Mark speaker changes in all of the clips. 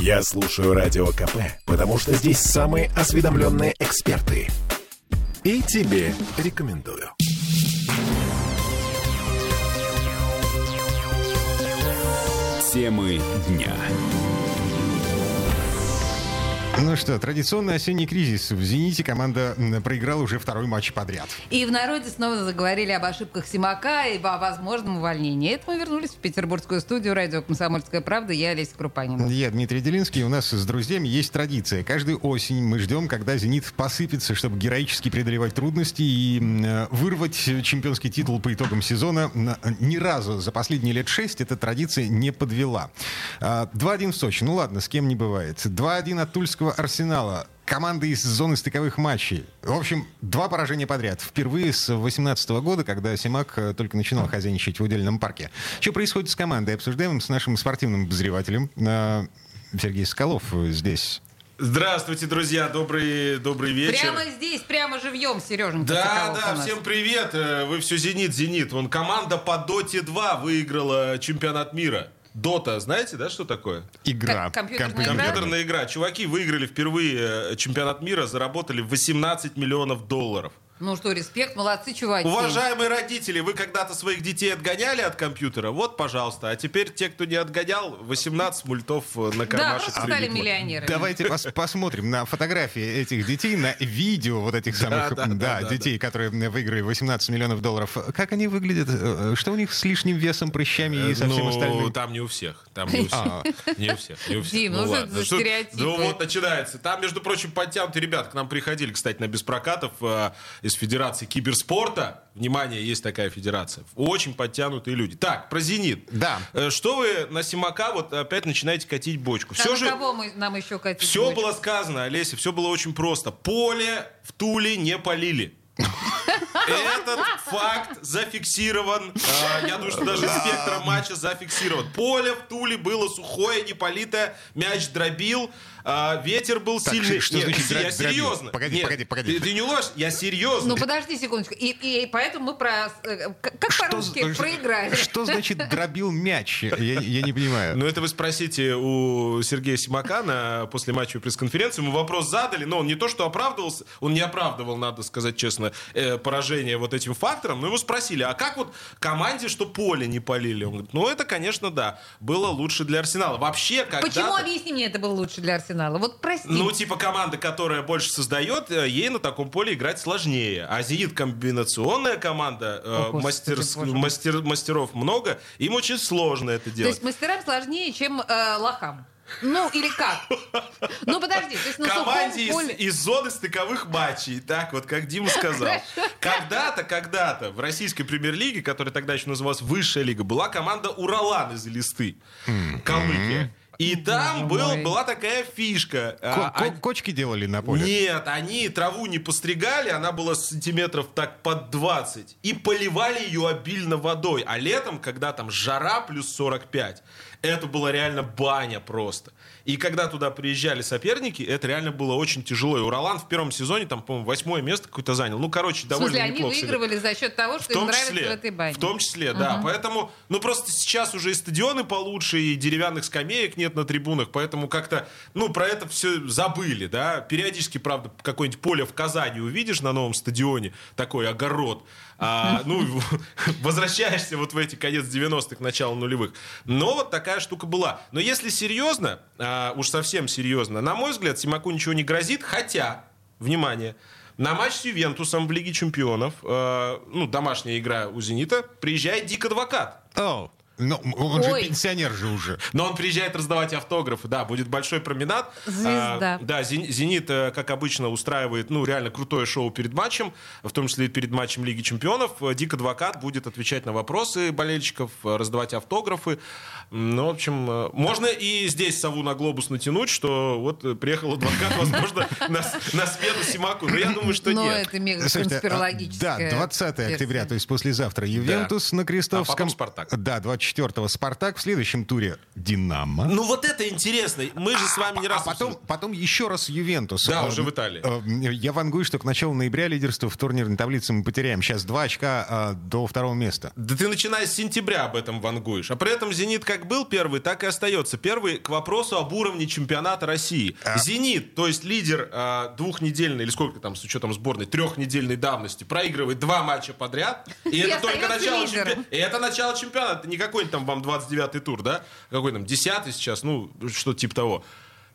Speaker 1: Я слушаю Радио КП, потому что здесь самые осведомленные эксперты. И тебе рекомендую.
Speaker 2: Темы дня.
Speaker 3: Ну что, традиционный осенний кризис. В «Зените» команда м, проиграла уже второй матч подряд.
Speaker 4: И в народе снова заговорили об ошибках Симака и о возможном увольнении. Это мы вернулись в петербургскую студию радио «Комсомольская правда». Я Олеся Крупанина.
Speaker 3: Я Дмитрий Делинский. У нас с друзьями есть традиция. Каждую осень мы ждем, когда «Зенит» посыпется, чтобы героически преодолевать трудности и м, э, вырвать э, чемпионский титул по итогам сезона. Н- Ни разу за последние лет шесть эта традиция не подвела. А, 2-1 в Сочи. Ну ладно, с кем не бывает. 2-1 от Тульского «Арсенала». Команды из зоны стыковых матчей. В общем, два поражения подряд. Впервые с 2018 года, когда Симак э, только начинал хозяйничать в удельном парке. Что происходит с командой? Обсуждаем с нашим спортивным обозревателем. э, Сергей Соколов э, здесь.
Speaker 5: Здравствуйте, друзья, добрый, добрый вечер.
Speaker 4: Прямо здесь, прямо живьем, Сереженька.
Speaker 5: Да,
Speaker 4: Соколов у
Speaker 5: да,
Speaker 4: нас.
Speaker 5: всем привет. Э, Вы все «Зенит», «Зенит». Вон команда по «Доте 2» выиграла чемпионат мира. «Дота», знаете, да, что такое?
Speaker 3: Игра.
Speaker 4: Как компьютерная
Speaker 3: Компьютер-
Speaker 4: игра?
Speaker 5: Компьютерная игра. Чуваки выиграли впервые э, чемпионат мира, заработали 18 миллионов долларов.
Speaker 4: Ну что, респект, молодцы, чуваки.
Speaker 5: Уважаемые родители, вы когда-то своих детей отгоняли от компьютера? Вот, пожалуйста. А теперь те, кто не отгонял, 18 мультов э,
Speaker 4: Да,
Speaker 5: на кармашек.
Speaker 4: просто стали
Speaker 5: прилипло.
Speaker 4: миллионерами.
Speaker 3: Давайте пос- посмотрим на фотографии этих детей, на видео вот этих самых
Speaker 5: да,
Speaker 3: м, да,
Speaker 5: да, да,
Speaker 3: детей, которые м, выиграли 18 миллионов долларов. Как они выглядят? Э, Что у них с лишним весом, прыщами и со всем
Speaker 5: ну,
Speaker 3: остальным?
Speaker 5: там не у всех. Там не у
Speaker 3: А.
Speaker 5: всех. Не у всех. не у всех.
Speaker 4: Дим, ну что это за
Speaker 5: что-
Speaker 4: стереотипы?
Speaker 5: Ну вот начинается. Там, между прочим, подтянутые ребят к нам приходили, кстати, на беспрокатов э, из Федерации киберспорта. Внимание, есть такая федерация. Очень подтянутые люди. Так, про «Зенит».
Speaker 3: Да.
Speaker 5: Э, Что вы на Симака вот опять начинаете катить бочку?
Speaker 4: Там
Speaker 5: Все
Speaker 4: А на
Speaker 5: же...
Speaker 4: кого мы, нам еще катить?
Speaker 5: Все
Speaker 4: будет?
Speaker 5: было сказано, Олеся, все было очень просто. Поле в Туле не полили. Этот факт зафиксирован. А, Я думаю, что даже спектром матча зафиксирован. Поле в Туле было сухое, не политое. Мяч дробил. а, Ветер был
Speaker 3: Так,
Speaker 5: сильный.
Speaker 3: что
Speaker 5: Нет,
Speaker 3: значит
Speaker 5: я
Speaker 3: дробил?
Speaker 5: серьезно.
Speaker 3: Погоди,
Speaker 5: Нет,
Speaker 3: погоди, погоди.
Speaker 5: Ты, ты не ложь, я серьезно.
Speaker 4: Ну подожди секундочку. И, и- и поэтому мы про... э, Как как по-русски?
Speaker 3: з-
Speaker 4: Проиграли.
Speaker 3: Что значит дробил мяч? Я, я не понимаю.
Speaker 5: Ну, это вы спросите у Сергея Симака на после матча пресс-конференции. Мы вопрос задали, но он не то что оправдывался, он не оправдывал, надо сказать честно, э, поражение вот этим фактором. Но его спросили, а как вот команде, что поле не полили? Он говорит, ну, это, конечно, да, было лучше для Арсенала. Вообще, когда...
Speaker 4: Почему, объясни мне, это было лучше для Арсенала? Вот прости.
Speaker 5: Ну, типа команда, которая больше создает, э, ей на таком поле играть сложнее. А «Зенит» комбинационная команда, э,
Speaker 4: О, Господи,
Speaker 5: мастерс-
Speaker 4: Боже мой.
Speaker 5: мастер- мастеров много, им очень сложно это
Speaker 4: То
Speaker 5: делать.
Speaker 4: есть мастерам сложнее, чем э, лохам. Ну, или как? Ну, подожди, то есть на
Speaker 5: команде
Speaker 4: сухом поле...
Speaker 5: из, из зоны стыковых матчей. Так вот, как Дима сказал. Когда-то, когда-то в российской премьер-лиге, которая тогда еще называлась Высшая лига, была команда «Уралан» из Листы, Калмыкия. И там
Speaker 4: Боже
Speaker 5: был,
Speaker 4: мой.
Speaker 5: была такая фишка.
Speaker 3: Ко-
Speaker 5: А,
Speaker 3: ко-
Speaker 5: а-
Speaker 3: Кочки делали на поле?
Speaker 5: Нет, они траву не постригали, она была сантиметров так под 20. И поливали ее обильно водой. А летом, когда там жара плюс 45, это была реально баня просто. И когда туда приезжали соперники, это реально было очень тяжело. И Уралан в первом сезоне, там, по-моему, восьмое место какое-то занял. Ну, короче,
Speaker 4: В
Speaker 5: довольно
Speaker 4: смысле, они
Speaker 5: неплохо сыграли.
Speaker 4: выигрывали за счет того,
Speaker 5: В
Speaker 4: что им
Speaker 5: том,
Speaker 4: нравится
Speaker 5: числе,
Speaker 4: в этой бане.
Speaker 5: в том числе, да. Поэтому, ну просто сейчас уже и стадионы получше, и деревянных скамеек нет на трибунах, поэтому как-то, ну про это все забыли, да. Периодически, правда, какое-нибудь поле в Казани увидишь на новом стадионе, такой огород. А, ну, возвращаешься вот в эти конец 90-х, начало нулевых. Но вот такая штука была. Но если серьезно, а, уж совсем серьезно, на мой взгляд, Симаку ничего не грозит, хотя, внимание, на матч с Ювентусом в Лиге Чемпионов, э, ну, домашняя игра у «Зенита», приезжает Дик Адвокат.
Speaker 3: О, ну, он же
Speaker 4: Ой.
Speaker 3: пенсионер же уже.
Speaker 5: Но он приезжает раздавать автографы, да, будет большой променад.
Speaker 4: Звезда.
Speaker 5: А, да, «Зен- «Зенит», э, как обычно, устраивает, ну, реально крутое шоу перед матчем, в том числе и перед матчем Лиги Чемпионов. Э, Дик Адвокат будет отвечать на вопросы болельщиков, э, раздавать автографы. Ну, в общем, э, можно и здесь сову на глобус натянуть, что вот э, приехал адвокат, возможно, на с- на смену Симаку. Но я думаю, что
Speaker 4: Но
Speaker 5: нет.
Speaker 4: Ну, это мега
Speaker 3: Слушайте, а,
Speaker 4: конспирологическая
Speaker 3: Да, 20
Speaker 4: версия.
Speaker 3: октября, то есть послезавтра. Ювентус на Крестовском.
Speaker 5: А потом «Спартак».
Speaker 3: Да, 24 24-го «Спартак», в следующем туре «Динамо».
Speaker 5: Ну вот это интересно. Мы же с вами не раз...
Speaker 3: А потом,
Speaker 5: обсуждали.
Speaker 3: потом еще раз Ювентус.
Speaker 5: Да,
Speaker 3: Э,
Speaker 5: уже в Италии.
Speaker 3: э, Я вангую, что к началу ноября лидерство в турнирной таблице мы потеряем. Сейчас два очка э, до второго места.
Speaker 5: Да ты начиная с сентября об этом вангуешь. А при этом «Зенит» как был первый, так и остается. Первый к вопросу об уровне чемпионата России.
Speaker 4: А?
Speaker 5: «Зенит», то есть лидер а, двухнедельной, или сколько там, с учетом сборной, трехнедельной давности, проигрывает два матча подряд. И
Speaker 4: И
Speaker 5: это только
Speaker 4: остается
Speaker 5: начало
Speaker 4: лидером.
Speaker 5: чемпионата. И это начало чемпионата. Это не какой-нибудь там вам 29-й тур, да? Какой там, 10-й сейчас, ну, что типа того.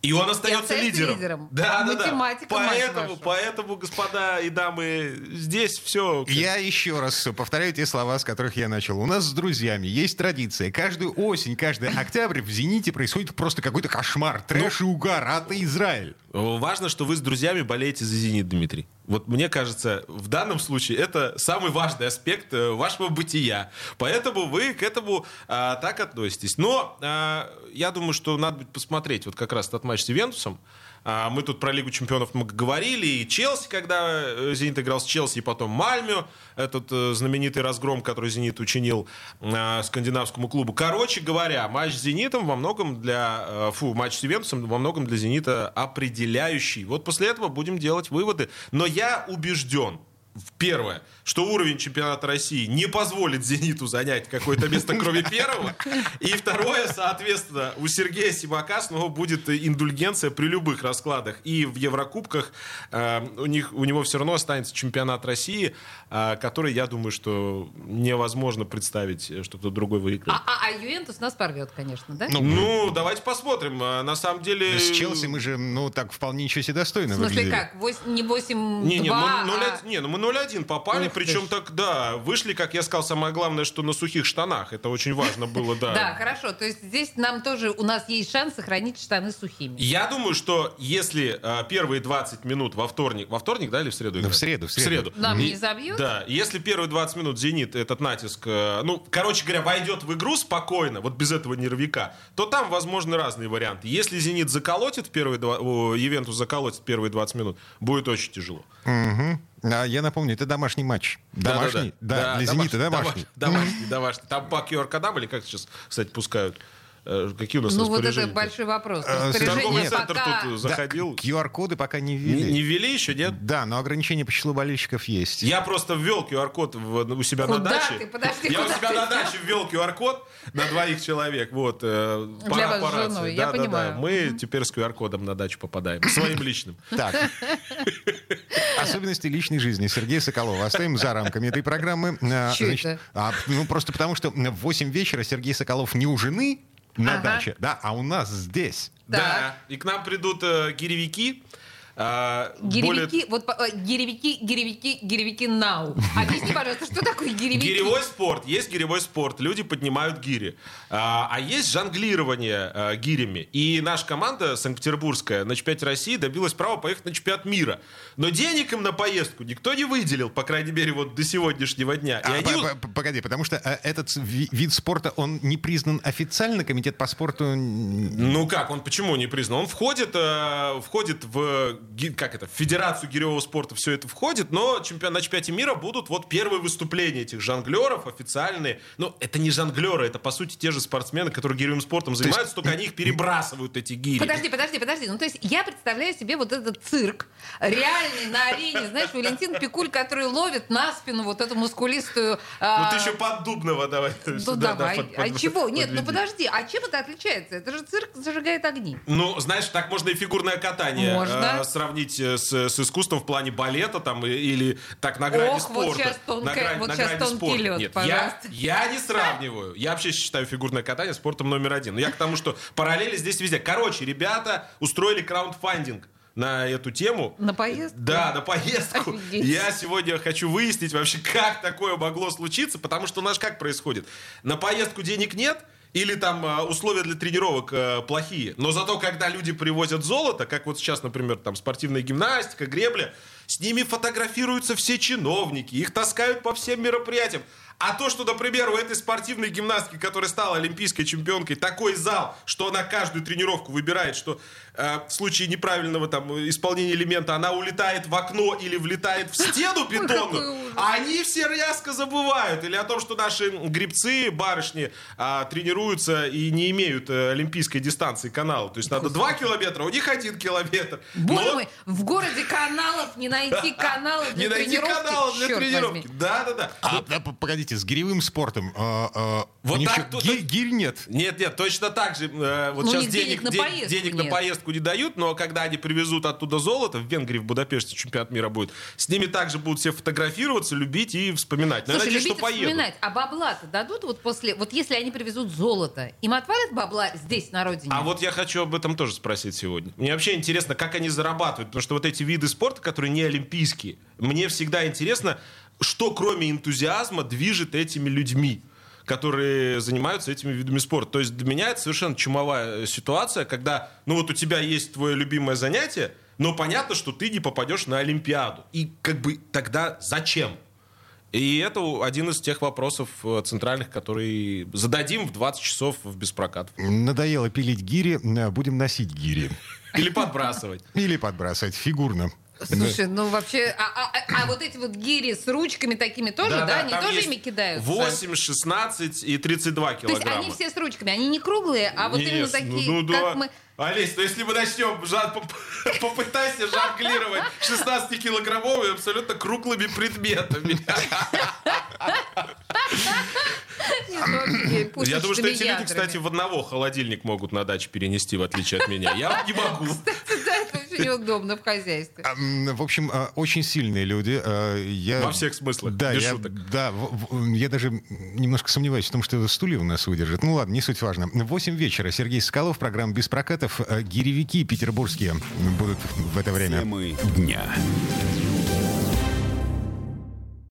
Speaker 5: И он остается
Speaker 4: остается
Speaker 5: лидером.
Speaker 4: лидером.
Speaker 5: Да, да, да.
Speaker 4: Математика, мать
Speaker 5: Поэтому,
Speaker 4: вашу.
Speaker 5: поэтому, господа и дамы, здесь все...
Speaker 3: Я еще раз повторяю те слова, с которых я начал. У нас с друзьями есть традиция. Каждую осень, каждый октябрь в «Зените» происходит просто какой-то кошмар, трэш и угар, а ты Израиль.
Speaker 5: Важно, что вы с друзьями болеете за «Зенит», Дмитрий. Вот мне кажется, в данном случае это самый важный аспект э, вашего бытия. Поэтому вы к этому а, так относитесь. Но а, я думаю, что надо будет посмотреть вот как раз этот матч с «Ювентусом». А, мы тут про Лигу чемпионов много говорили, и Челси, когда э, «Зенит» играл с Челси, и потом Мальмю, этот э, знаменитый разгром, который «Зенит» учинил э, скандинавскому клубу. Короче говоря, матч с «Зенитом» во многом для... э, Фу, матч с «Ювентусом» во многом для «Зенита» определяющий. Вот после этого будем делать выводы. Но я убежден, в- Первое, что уровень чемпионата России не позволит «Зениту» занять какое-то место, кроме первого. И второе, соответственно, у Сергея Симака снова будет индульгенция при любых раскладах. И в Еврокубках э, у, них, у него все равно останется чемпионат России, э, который, я думаю, что невозможно представить, э, что кто-то другой выиграет.
Speaker 4: А, а- а Ювентус нас порвет, конечно, да?
Speaker 3: Ну,
Speaker 5: Ну, давайте посмотрим. Э, На самом деле...
Speaker 3: С Челси мы же, ну, так вполне ничего себе достойно
Speaker 4: в смысле
Speaker 3: выглядели.
Speaker 4: как? Вось- не 8-2,
Speaker 5: Не, не, мы
Speaker 4: а-
Speaker 5: 0-1 не, ну мы 0-1 попали,
Speaker 4: Ух ты
Speaker 5: причем
Speaker 4: ж.
Speaker 5: так, да, вышли, как я сказал, самое главное, что на сухих штанах. Это очень важно было, да.
Speaker 4: Да, хорошо. То есть здесь нам тоже, у нас есть шанс сохранить штаны сухими.
Speaker 5: Я думаю, что если э, первые 20 минут во вторник, во вторник, да, или в среду?
Speaker 3: Да,
Speaker 5: играют?
Speaker 3: в среду, в среду.
Speaker 4: Нам
Speaker 5: И-
Speaker 4: не забьют?
Speaker 5: Да, если первые 20 минут «Зенит» этот натиск, э, ну, короче говоря, войдет в игру спокойно, вот без этого нервика, то там возможны разные варианты. Если «Зенит» заколотит в первые, два- о, «Ювентус» заколотит в первые 20 минут, будет очень тяжело.
Speaker 3: Мгм. А я напомню, это домашний матч. Домашний? Да, для «Зенита» домашний.
Speaker 5: Домашний, домашний. Там по qr или как сейчас, кстати, пускают? Э, Какие у нас
Speaker 4: Ну вот это
Speaker 5: распоряжения-то?
Speaker 4: большой вопрос.
Speaker 3: Э,
Speaker 5: Торговый
Speaker 4: Распоряжение
Speaker 5: центр
Speaker 4: пока...
Speaker 5: тут э,
Speaker 3: Да,
Speaker 5: заходил.
Speaker 3: QR-коды пока не
Speaker 5: Не,
Speaker 3: ввели.
Speaker 5: не ввели еще, нет?
Speaker 3: Да, но ограничения по числу болельщиков есть.
Speaker 5: Я просто ввел QR-код в- у себя на
Speaker 4: Куда
Speaker 5: даче.
Speaker 4: ты? Подожди,
Speaker 5: я у
Speaker 4: куда
Speaker 5: себя
Speaker 4: ты?
Speaker 5: на даче ввел QR-код на двоих человек. Вот, э, пора
Speaker 4: вас с
Speaker 5: по рации.
Speaker 4: женой, я
Speaker 5: Да, да, да.
Speaker 4: понимаю.
Speaker 5: Мы теперь с QR-кодом на дачу попадаем. Своим личным.
Speaker 3: Так. Особенности личной жизни Сергея Соколова. Оставим за рамками этой программы. А,
Speaker 4: Чё это?
Speaker 3: а, ну, просто потому, что в 8 вечера Сергей Соколов не у жены на
Speaker 4: Ага.
Speaker 3: даче, да, а у нас здесь.
Speaker 5: Да. И к нам придут э, гиревики. а, более-
Speaker 4: Гиревики, вот по- э, гиревики, гиревики, гиревики нау. Объясни, пожалуйста, что такое гиревики?
Speaker 5: Гиревой спорт. Есть гиревой спорт. Люди поднимают гири. А, а есть жонглирование а, гирями. И наша команда санкт-петербургская на чемпионате России добилась права поехать на чемпионат мира. Но денег им на поездку никто не выделил, по крайней мере, вот до сегодняшнего дня. И
Speaker 3: А,
Speaker 5: они-
Speaker 3: п- п- Погоди, потому что э, этот ви- вид спорта, он не признан официально, комитет по спорту... м,
Speaker 5: Ну как, он почему не признан? Он входит, э, входит в, ги- как это, в Федерацию гиревого спорта все это входит, но чемпион, на чемпионате мира будут вот первые выступления этих жонглеров официальные. Ну, это не жонглеры, это, по сути, те же спортсмены, которые гиревым спортом занимаются, только они их перебрасывают, эти гири.
Speaker 4: Подожди, подожди, подожди. Ну, то есть я представляю себе вот этот цирк. Реальный на арене, знаешь, Валентин Пикуль, который ловит на спину вот эту мускулистую...
Speaker 5: Ну
Speaker 4: а,
Speaker 5: ты еще поддубного давай.
Speaker 4: Ну
Speaker 5: сюда, да,
Speaker 4: давай.
Speaker 5: под-
Speaker 4: А
Speaker 5: под-
Speaker 4: чего? Нет, ну
Speaker 5: подведи.
Speaker 4: подожди. А чем это отличается? Это же цирк зажигает огни.
Speaker 5: Ну, знаешь, так можно и фигурное катание
Speaker 4: Можно.
Speaker 5: э, сравнить э, с, с искусством в плане балета там и- или так на грани
Speaker 4: Ох,
Speaker 5: спорта.
Speaker 4: вот щас тонкая-
Speaker 5: на грани-
Speaker 4: вот
Speaker 5: на
Speaker 4: щас
Speaker 5: грани
Speaker 4: тонкий
Speaker 5: спорта.
Speaker 4: лед,
Speaker 5: Нет, я,
Speaker 4: пожалуйста.
Speaker 5: я не сравниваю. Я вообще считаю фигурное катание спортом номер один. Но я к тому, что параллели здесь везде. Короче, ребята устроили краундфандинг на эту тему.
Speaker 4: На поездку?
Speaker 5: Да, на поездку.
Speaker 4: Офигеть.
Speaker 5: Я сегодня хочу выяснить вообще, как такое могло случиться, потому что у нас как происходит? На поездку денег нет, или там э, условия для тренировок э, плохие. Но зато, когда люди привозят золото, как вот сейчас, например, там спортивная гимнастика, гребля, с ними фотографируются все чиновники, их таскают по всем мероприятиям. А то, что, например, у этой спортивной гимнастки, которая стала олимпийской чемпионкой, такой зал, что она каждую тренировку выбирает, что э, в случае неправильного там исполнения элемента она улетает в окно или влетает в стену бетонную, а они все рязко забывают. Или о том, что наши грибцы, барышни, э, тренируются и не имеют э, олимпийской дистанции канала. То есть надо 2 километра, у них 1 километр.
Speaker 4: Боже
Speaker 5: Но-
Speaker 4: мой, в городе каналов не найти канала для
Speaker 5: не найти
Speaker 4: тренировки.
Speaker 5: канала для
Speaker 4: Чёрт
Speaker 5: тренировки.
Speaker 4: возьми.
Speaker 5: Да, да, да.
Speaker 3: А, да, п- погодите, с гиревым спортом. э, э,
Speaker 5: Вот
Speaker 3: у них
Speaker 5: так
Speaker 3: еще
Speaker 5: тут-
Speaker 3: гирь, гирь нет.
Speaker 5: Нет, нет, точно так же. э, вот
Speaker 4: Ну,
Speaker 5: сейчас
Speaker 4: и
Speaker 5: денег,
Speaker 4: денег на
Speaker 5: ден-
Speaker 4: поездку
Speaker 5: денег на
Speaker 4: нет.
Speaker 5: поездку не дают, но когда они привезут оттуда золото, в Венгрии, в Будапеште чемпионат мира будет, с ними также будут все фотографироваться, любить и вспоминать. Но
Speaker 4: Слушай,
Speaker 5: я надеюсь, что
Speaker 4: любите
Speaker 5: поедут.
Speaker 4: вспоминать, а бабла-то дадут вот после... Вот если они привезут золото, им отвалят бабла здесь, на родине?
Speaker 5: А вот я хочу об этом тоже спросить сегодня. Мне вообще интересно, как они зарабатывают, потому что вот эти виды спорта, которые не олимпийские, мне всегда интересно, что кроме энтузиазма движет этими людьми которые занимаются этими видами спорта. То есть для меня это совершенно чумовая э, ситуация, когда, ну вот у тебя есть твое любимое занятие, но понятно, что ты не попадешь на Олимпиаду. И как бы тогда зачем? И это у- один из тех вопросов э, центральных, которые зададим в 20 часов в беспрокат.
Speaker 3: Надоело пилить гири, э, будем носить гири.
Speaker 5: Или подбрасывать.
Speaker 3: Или подбрасывать фигурно.
Speaker 4: Слушай, ну вообще... А, а- а- а вот эти вот гири с ручками такими тоже, да? они
Speaker 5: там
Speaker 4: тоже
Speaker 5: есть
Speaker 4: ими кидаются?
Speaker 5: 8, 16 и 32
Speaker 4: То есть
Speaker 5: килограмма.
Speaker 4: они все с ручками, они не круглые, а вот
Speaker 5: Есть,
Speaker 4: именно
Speaker 5: ну,
Speaker 4: такие,
Speaker 5: ну,
Speaker 4: как
Speaker 5: да.
Speaker 4: мы...
Speaker 5: Олесь, ну если мы начнем, жан- поп- попытайся жонглировать 16-килограммовыми абсолютно круглыми предметами.
Speaker 4: Нет, ну, вообще, пусть
Speaker 5: Я думаю, что эти люди,
Speaker 4: ядрами.
Speaker 5: кстати, в одного холодильник могут на даче перенести, в отличие от меня. Я вот не могу.
Speaker 4: Да, это очень неудобно в хозяйстве.
Speaker 3: А, м, В общем, э, очень сильные люди. э, Я,
Speaker 5: Во всех смыслах,
Speaker 3: Да,
Speaker 5: без
Speaker 3: я,
Speaker 5: шуток.
Speaker 3: да в- в- я даже немножко сомневаюсь в том, что стулья у нас выдержат. Ну ладно, не суть важно. В 8 вечера Сергей Скалов, программа «Без А, прокатов». Э, Гиревики петербургские будут в это время.
Speaker 2: Темы дня.